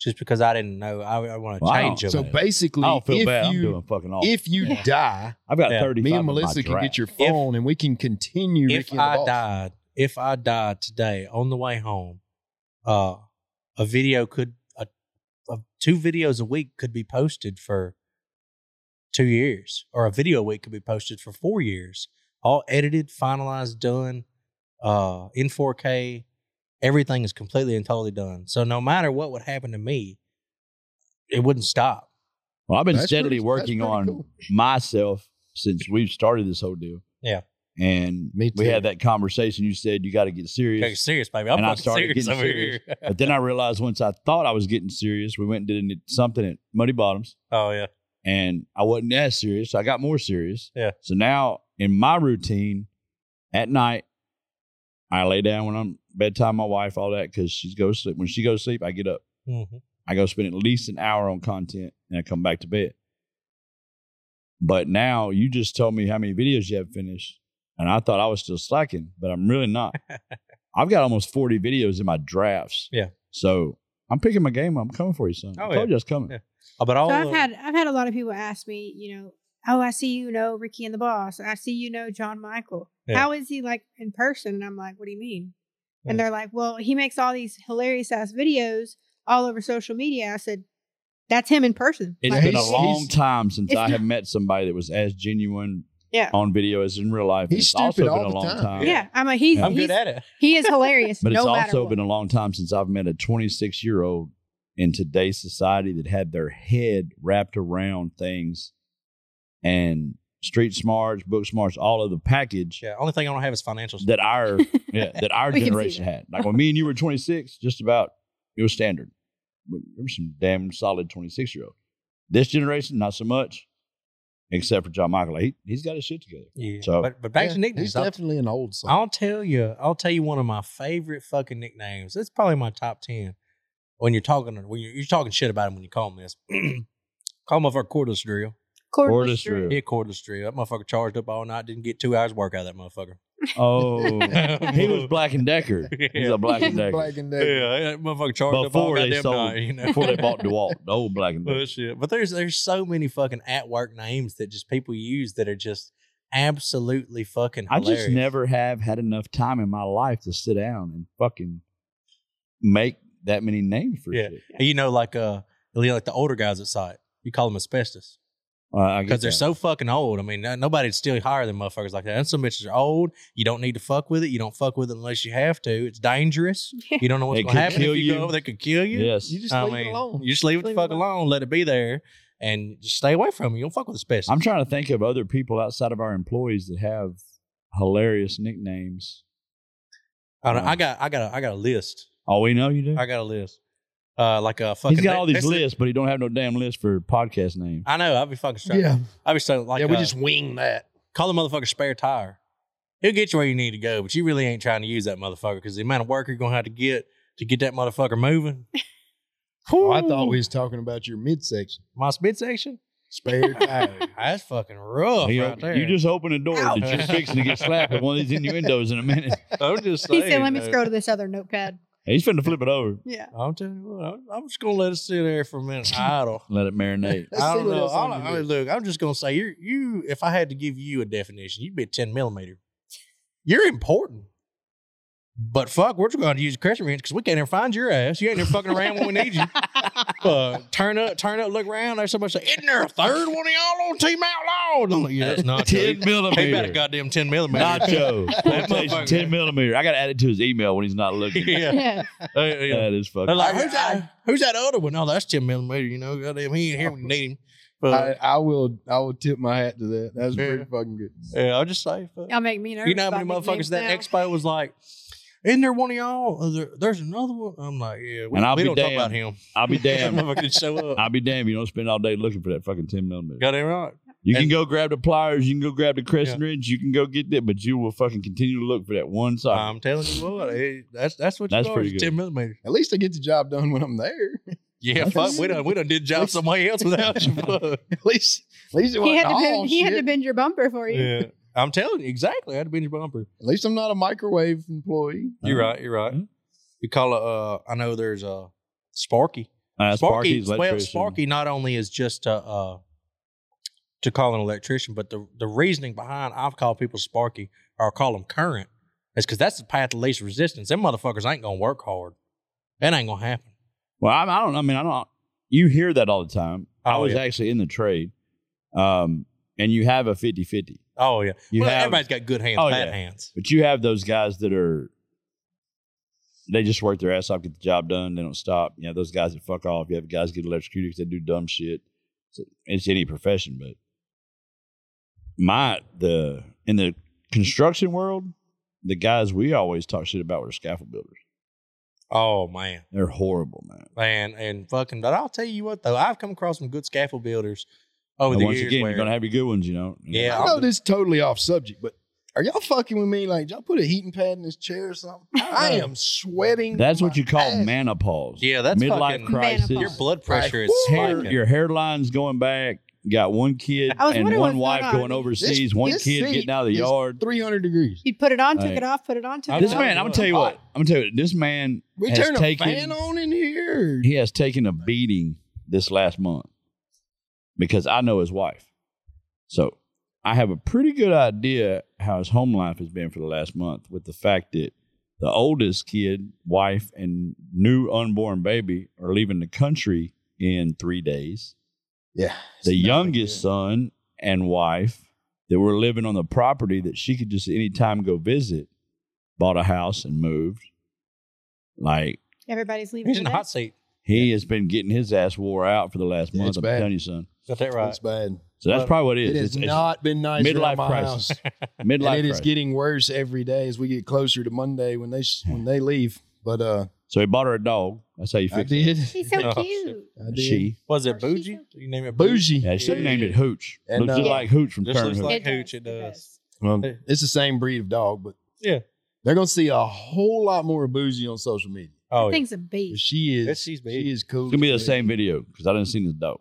just because I didn't know. I, I want to Wow. change them. So basically, I don't feel if bad. I'm you doing fucking awful. if you Yeah. die, I've got Yeah. 35 me in and my Melissa can draft. get your phone and we can continue. Ricky if and the I Boss. died, if I died today on the way home, uh, a video could, uh, uh, two videos a week could be posted for two years, or a video a week could be posted for four years, all edited, finalized, done, uh, in 4K. Everything is completely and totally done. So no matter what would happen to me, it wouldn't stop. Well, I've been That's steadily pretty- that's working pretty on cool. myself since we've started this whole deal. Yeah. And Me we too. had that conversation. You said you got to get Take it serious. serious, baby. I'm And I fucking started serious getting over serious. here. but then I realized once I thought I was getting serious, we went and did something at Muddy Bottoms oh yeah, and I wasn't as serious. So I got more serious. Yeah. So now in my routine at night, I lay down when I'm bedtime, my wife, all that, because she goes to sleep. When she goes to sleep, I get up. Mhm. I go spend at least an hour on content and I come back to bed. But now you just told me how many videos you have finished, and I thought I was still slacking, but I'm really not. I've got almost 40 videos in my drafts. Yeah. So I'm picking my game. up. I'm coming for you, son. Oh, I told yeah. you I was coming. Yeah. Uh, But all So I've of- had I've had a lot of people ask me, you know, oh, I see you know Ricky and the Boss. I see you know John Michael. Yeah. How is he like in person? And I'm like, what do you mean? And Yeah. they're like, well, he makes all these hilarious ass videos all over social media. I said, that's him in person. It's Like, been a he's- long he's- time since It's I have met somebody that was as genuine Yeah. Oh, on video as in real life. He's it's also stupid been all a the long time. time. yeah, I'm like he's, I'm he's good at it. he is hilarious. But it's no matter also what. been a long time since I've met a 26 year old in today's society that had their head wrapped around things and street smarts, book smarts, all of the package Yeah. Only thing I don't have is financial stuff. that our yeah, that our We can see generation had. Like when me and you were 26, just about it was standard. But There were some damn solid 26 year old. This generation, not so much, except for John Michael. He, he's got his shit together. Yeah. So- but, but back Yeah, to nicknames. He's I'll, definitely an old soul. I'll tell you, I'll tell you one of my favorite fucking nicknames. It's probably my top 10. When you're talking, when you're, you're talking shit about him when you call him this. call him our cordless drill. Cordless Cordless Street. drill. He a cordless drill. That motherfucker charged up all night, didn't get two hours work out of that motherfucker. Oh, he was Black and Decker. He's a Black and He's Decker. black and Yeah, dead. that motherfucker charged up all Before they goddamn sold- night. You know? Before they bought DeWalt, the old Black and Decker. But shit. But there's there's so many fucking at work names that just people use that are just absolutely fucking. I just hilarious. never have had enough time in my life to sit down and fucking make that many names for Yeah. shit. You know, like uh, you know, like the older guys at site, you call them asbestos Uh, because they're so fucking old. I mean, uh, nobody'd still hire them motherfuckers like that. And some bitches are old. You don't need to fuck with it. You don't fuck with it unless you have to. It's dangerous. You don't know what's It gonna could happen if you, kill go you. over. They could kill you. Yes. You just I leave mean, it alone. You just leave it the Leave it fuck alone. Let it be there, and just stay away from it. You don't fuck with asbestos. I'm trying to think of other people outside of our employees that have hilarious nicknames. I, don't, I got I got a, I got a list. Oh, we know you do. I got a list. Uh, like a fucking. He's got all these that's the- lists, but he don't have no damn list for podcast name. I know. I'd be fucking straight. Yeah. I'd be so like. yeah, we uh, just wing that. call the motherfucker spare tire. He'll get you where you need to go, but you really ain't trying to use that motherfucker because the amount of work you're gonna have to get to get that motherfucker moving. Oh, I thought we was talking about your midsection. my spit section. Spare tire. That's fucking rough uh, He- right there. you just open the door Ouch. that you're fixing to get slapped with one of these innuendos in a minute. I'm just He saying. said, "Let me though. scroll to this other notepad." He's finna flip it over. Yeah, I'm telling you what, I'm, I'm just gonna let it sit there for a minute idle. Let it marinate. Let's I see don't what know. else All on I- your I mean, list. look, I'm just gonna say you you. If I had to give you a definition, you'd be a ten millimeter. You're important, but fuck, we're just gonna use Christian wrench because we can't even find your ass. You ain't even fucking around when we need you. Uh, turn up, turn up, look around. There's somebody say, "Isn't there a third one of y'all on Team Outlaws?" I'm like, "Yeah, that's not Ten He about a millimeter. goddamn ten millimeter. Nacho. motherfucker. Quotation, ten millimeter. I gotta add it to his email when he's not looking. yeah. yeah. Uh, yeah. That is They're fucking. like, who's that? Who's that other one? Oh, that's ten millimeter. You know, goddamn, he ain't here. We need him. But I, I will. I will tip my hat to that. That's pretty Yeah. fucking good. yeah, I'll just say, fuck. Y'all make me nervous. You know how many about nicknames motherfuckers that now. expo was like, isn't there one of y'all? Is there- there's another one. I'm like, yeah, we, And I'll we be don't talk damned. about him. I'll be Damn, damned. motherfucker didn't show up. I'll be damned. if You don't spend all day looking for that fucking ten millimeter. Got it right. You can And- go grab the pliers, you can go grab the crescent wrench, you can go get that, but you will fucking continue to look for that one socket. I'm telling you what, it- that's that's what That's you are. pretty is good. Ten millimeter. At least I get the job done when I'm there. Yeah, That's- fuck, we done we done did job somewhere else without you. Fuck. at least, at least He it wasn't Oh, had to all bend, he had to shit. bend your bumper for you. Yeah, I'm telling you exactly. I had to be in your bumper. At least I'm not a microwave employee. You're right. You're right. Mhm. You call it. Uh, I know there's a Sparky. Uh, Sparky, Sparky's well, electrician. Sparky not only is just a, uh, to call an electrician, but the the reasoning behind I've called people Sparky or I call them current is because that's the path of least resistance. Them motherfuckers ain't gonna work hard. That ain't gonna happen. Well, I, I don't. I mean, I don't. You hear that all the time. I Oh, was yeah. actually in the trade, um, and you have a 50-50. Oh yeah, You well, have, everybody's got good hands, Oh, bad yeah. hands. but you have those guys that are. They just work their ass off, get the job done. They don't stop. You know those guys that fuck off. You have guys that get electrocuted because they do dumb shit. It's, it's any profession, but my the in the construction world, the guys we always talk shit about were scaffold builders. Oh man, They're horrible, man. and and fucking. But I'll tell you what though, I've come across some good scaffold builders over And Oh, the once years. again, where- you're gonna have your good ones, you know. Yeah. I know this is totally off subject, but are y'all fucking with me? Like, y'all put a heating pad in this chair or something? I am sweating. That's my what you call ass. menopause. yeah, that's midlife fucking, crisis. Menopause. Your blood pressure Like, is woo! Hair, spiking. your hairline's going back. got one kid I was and wondering one what's wife going on. going overseas, This- one this kid seat getting out of the is yard. 300 degrees. He put it on, took Hey. it off, put it on, took I it This know. off. man, I'm gonna tell you what. I'm gonna tell you. what, This man We has turn a taken fan on in here. he has taken a beating this last month because I know his wife. So I have a pretty good idea how his home life has been for the last month with the fact that the oldest kid, wife, and new unborn baby are leaving the country in three days. Yeah. The youngest son and wife that were living on the property that she could just anytime go visit bought a house and moved. Like, Everybody's leaving. He's in the today. hot seat. he has been getting his ass wore out for the last Yeah, month. it's I'm bad. telling you, son. Got that right. It's bad. So that's Well, probably what it is. It has It's- it's not been nice. around midlife my crisis. house. And midlife it is crisis. getting worse every day as we get closer to Monday when they sh- when they leave. But uh, so he bought her a dog. That's how you I fix it. did. She's so Oh, cute. I did. She. Was it Or she's Bougie? You name it Bougie. Yeah, she Yeah. named it Hooch. And, looks just uh, like Hooch from Just Turner looks Hooch. like Hooch, it does. Well, it's the same breed of dog, but Yeah. they're gonna see a whole lot more of Bougie on social media. Oh, yeah. Thing's a But beast. She That is. she's She big. is cool. It's gonna be the as same video because I didn't see this dog.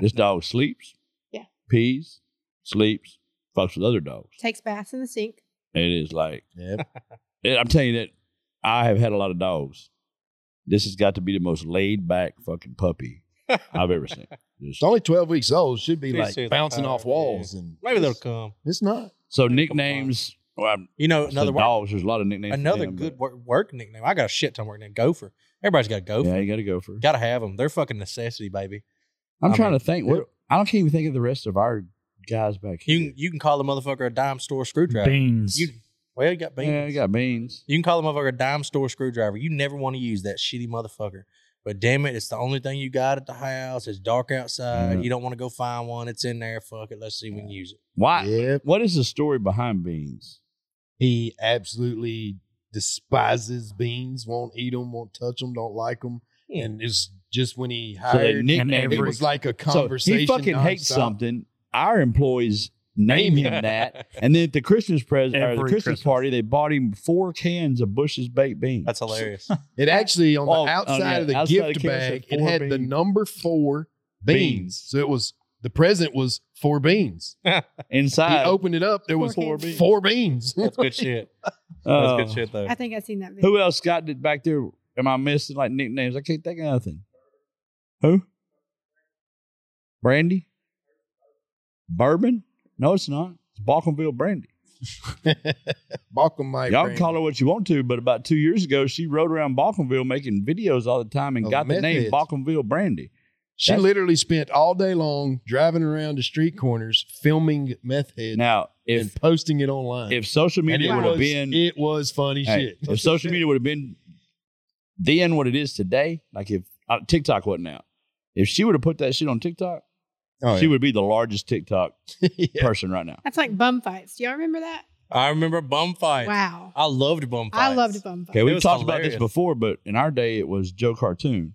this dog sleeps. Yeah. Pees, sleeps, fucks with other dogs. Takes baths in the sink. It is like Yeah. it- I'm telling you that I have had a lot of dogs. This has got to be the most laid back fucking puppy I've ever seen. Just- It's only twelve weeks old. Should be She's like super bouncing tired, off yeah. walls and Maybe they'll come. It's not. So nicknames. Well, I'm- You know, I said another word- dogs. There's a lot of nicknames. for another them, good but- work, work nickname. I got a shit ton of work nickname. Gopher. Everybody's got a gopher. Yeah, you got to go for. it. Got to have them. They're fucking necessity, baby. I'm I trying mean, to think. What I don't can't even think of the rest of our guys back here. You can you can call the motherfucker a dime store screwdriver. Beans. You well, you got beans. Yeah, you got beans. You can call them over a dime store screwdriver. You never want to use that shitty motherfucker. But damn it, it's the only thing you got at the house. It's dark outside. Yeah. You don't want to go find one. It's in there. Fuck it. Let's see if we can use it. Why? Yep. What is the story behind beans? He absolutely despises beans. Won't eat them. Won't touch them. Don't like them. Yeah. And it's just when he So they hired, nicknamed and it every- was like a so conversation. he fucking hates nonstop. something. Our employees name him that, and then at the Christmas pres or the Every Christmas, Christmas. party, they bought him four cans of Bush's baked beans. That's hilarious. It actually on Oh, oh, the outside yeah, of the outside gift of the can bag, said it four had the beans. number four beans. Beans. So it was the present was four beans. inside. he opened it up, there was Four four beans. beans. Four beans. That's good shit. Uh, That's good shit though. I think I've seen that video. Who else got it back there? Am I missing like nicknames? I can't think of nothing. Who? Brandy? Bourbon? No, it's not. It's Balkanville Brandy. Balkamite. Y'all can call her what you want to, but about two years ago, she rode around Balkanville making videos all the time and Of got the meth name heads. Balkanville Brandy. She That's- literally spent all day long driving around the street corners filming meth heads Now, and if posting it online. if social And media it would have was- been it was funny Hey, shit. If social media would have been then what it is today, like if uh, TikTok wasn't out, if she would have put that shit on TikTok, Oh, she yeah. would be the largest TikTok Yeah. person right now. That's like bum fights. Do y'all remember that? I remember bum fights. Wow. I loved bum fights. I loved bum fights. Okay, It we've was talked about hilarious. this before, but in our day, it was Joe Cartoon,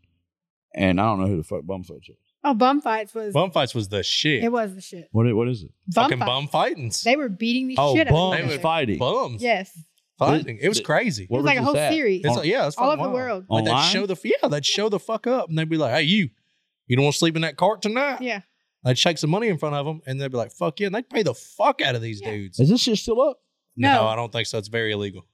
and I don't know who the fuck Bumfoot is. Oh, bum fights was Bum fights was the shit. it was the shit. What i- what is it? Bum Fucking fights. bum fightings. They were beating the Oh, shit out bum of each other. fighting. Bums. Yes. Fighting. It was Th- crazy. it was like a whole series. It's like, yeah, it's all fucking over the wild. world. Like they'd Online? show the yeah, they'd show the fuck up, and they'd be like, "Hey, you, you don't want to sleep in that cart tonight?" Yeah. I'd shake some money in front of them, and they'd be like, "Fuck yeah!" And they'd pay the fuck out of these Yeah. dudes. Is this shit still up? No, No. I don't think so. It's very illegal.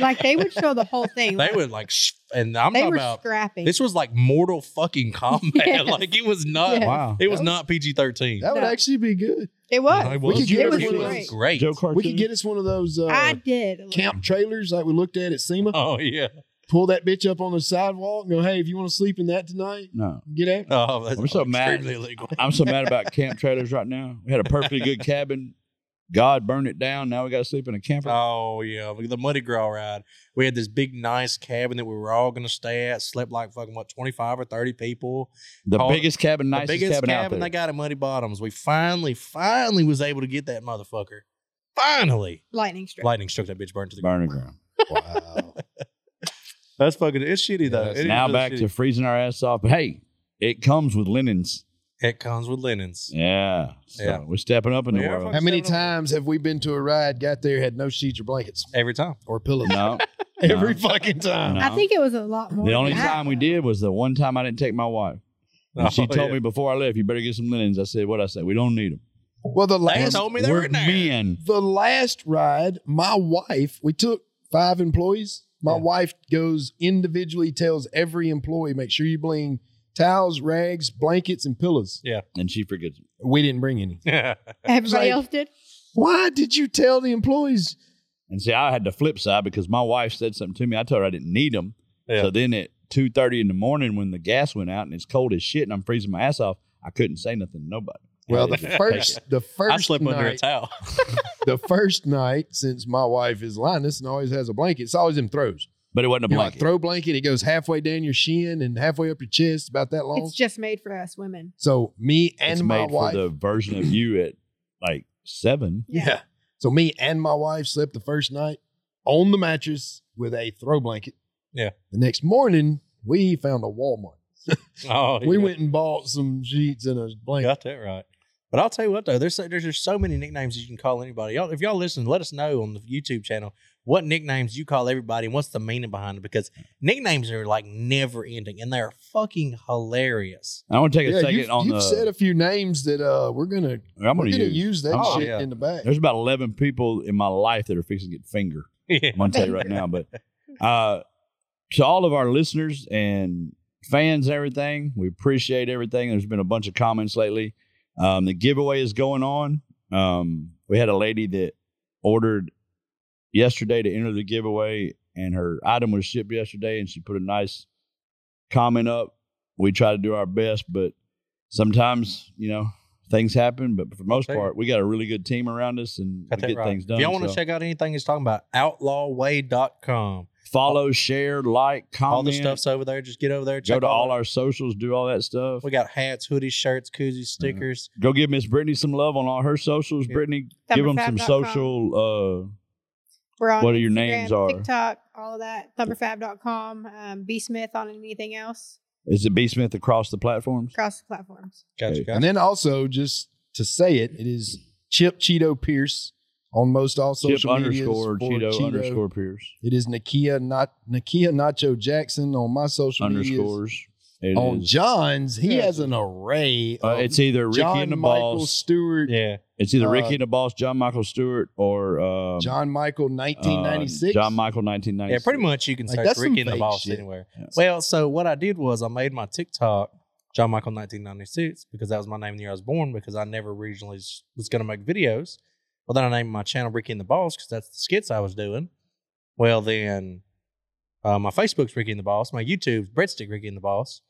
Like they would show the whole thing. They Like, would like, sh- and I'm they talking were about scrapping. this was like Mortal fucking combat. Yes. Like it was not, Yeah. Wow. it was That was- not PG thirteen. That would No. actually be good. it was. It We was, could get it was rid of great. those. Joe Cartoon. We could get us one of those uh, I did. a little. camp trailers like we looked at at SEMA. Oh yeah. Pull that bitch up on the sidewalk and go, hey, if you want to sleep in that tonight, No, get out. Oh, that's I'm so mad. extremely illegal. I'm so mad about camp trailers right now. We had a perfectly good cabin. God burned it down. Now we got to sleep in a camper. Oh yeah, Look at the Muddy Gras ride. We had this big, nice cabin that we were all gonna stay at. Slept like fucking what, twenty five or thirty people. the call- biggest cabin, nicest the biggest cabin, cabin, out there. they got at Muddy Bottoms. We finally, finally was able to get that motherfucker. Finally, Lightning strike. lightning struck that bitch, burned to the ground. Burning ground. Oh. Wow. That's fucking. It's shitty Yeah, though. that's- It is now really back to shitty. freezing our ass off. But hey, it comes with linens. it comes with linens. Yeah. So Yeah. we're stepping up in the We are world. How fucking- many Seven of them. times have we been to a ride, got there, had no sheets or blankets Every time. or pillows? No. Every no. fucking time. No. I think it was a lot more. The only than that. time we did was the one time I didn't take my wife. Oh, And she told me before I left, you better get some linens. I said, what I said, we don't need them. Well, the They last told me they were We're in there. men. the last ride, my wife, we took five employees. My Yeah. wife goes individually, tells every employee, make sure you bring towels, rags, blankets, and pillows. And she forgets. them. We didn't bring any. Everybody like- else did. Why did you tell the employees? And see, I had the flip side because my wife said something to me. I told her I didn't need them. Yeah. So then at 2.30 in the morning when the gas went out and it's cold as shit and I'm freezing my ass off, I couldn't say nothing to nobody. Well, I the didn't take first, it. the first I slept night, under a towel. the first night since my wife is lioness and always has a blanket, it's always in throws. But it wasn't a You know, like blanket. throw blanket, it goes halfway down your shin and halfway up your chest, about that long. It's just made for us women. so me and it's my made wife, for the version of you at like seven. Yeah. So me and my wife slept the first night on the mattress with a throw blanket. Yeah. The next morning, we found a Walmart. Oh, We yeah. went and bought some sheets and a blanket. Got that right. But I'll tell you what though, there's so, there's just so many nicknames you can call anybody. Y'all, if y'all listen, let us know on the YouTube channel what nicknames you call everybody and what's the meaning behind it because nicknames are like never ending and they're fucking hilarious. I want to take a second you've, on you've the. said a few names that uh, we're gonna I'm we're going to gonna use. use, that Oh, shit yeah. in the back. There's about 11 people in my life that are fixing to get finger. Yeah. I'm going to tell you right now. But uh, to all of our listeners and fans, and everything, we appreciate everything. There's been a bunch of comments lately. Um, the giveaway is going on. Um, we had a lady that ordered yesterday to enter the giveaway, and her item was shipped yesterday, and she put a nice comment up. We try to do our best, but sometimes, you know, things happen. But for the most Sure. part, we got a really good team around us and we Got that get right. things done. if y'all want to so. check out anything he's talking about, outlawway.com. follow, share, like, comment. All the stuff's over there. Just get over there. Go Check to all that. our socials, do all that stuff. We got hats, hoodies, shirts, koozies, stickers. Go give Miss Brittany some love on all her socials. Yeah. Brittany, Thumb give or them some fab dot com. social. We're on What are your Instagram, names are? TikTok, all of that. Thumberfab.com, um, B Smith on anything else Uh, is it B Smith across the platforms? across the platforms. Gotcha, Okay. gotcha. and then also just to say it, it is Chip Cheeto Pierce on most all Chip social medias underscore for Cheeto, underscore Pierce It is Nakia not Nakia Nacho Jackson on my social medias. underscores. It on is- John's, he Yeah. has an array. uh, Of it's either Ricky John and the Michael Boss. Stewart, yeah. It's either uh, Ricky and the Boss, John Michael Stewart, or um, John Michael, uh, nineteen ninety six. John Michael, nineteen ninety. Yeah, pretty much you can Like, search that's some Ricky and the fake Boss shit. anywhere. Yeah. Well, so what I did was I made my TikTok John Michael 1996 because that was my name the year I was born because I never originally s- was going to make videos. Well, then I named my channel Ricky and the Boss because that's the skits I was doing. Well, then uh, my Facebook's Ricky and the Boss. My YouTube's Breadstick Ricky and the Boss.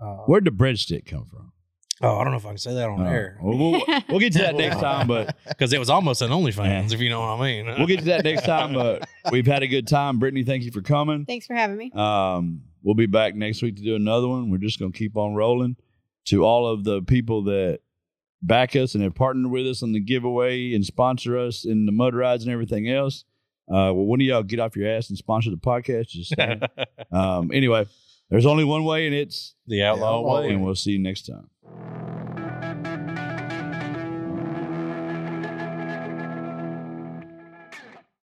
Uh, Where'd the breadstick come from? oh, I don't know if I can say that on Uh, air we'll, we'll- we'll get to that next time, but because it was almost an OnlyFans, if you know what I mean. we'll get to that next time. But we've had a good time. Brittany, thank you for coming. Thanks for having me. Um, we'll be back next week to do another one. We're just going to keep on rolling. To all of the people that back us and have partnered with us on the giveaway and sponsor us in the mud rides and everything else. Uh, well, when do y'all get off your ass and sponsor the podcast? Just saying. um, anyway, there's only one way, and it's the outlaw Outlaw way. and we'll see you next time.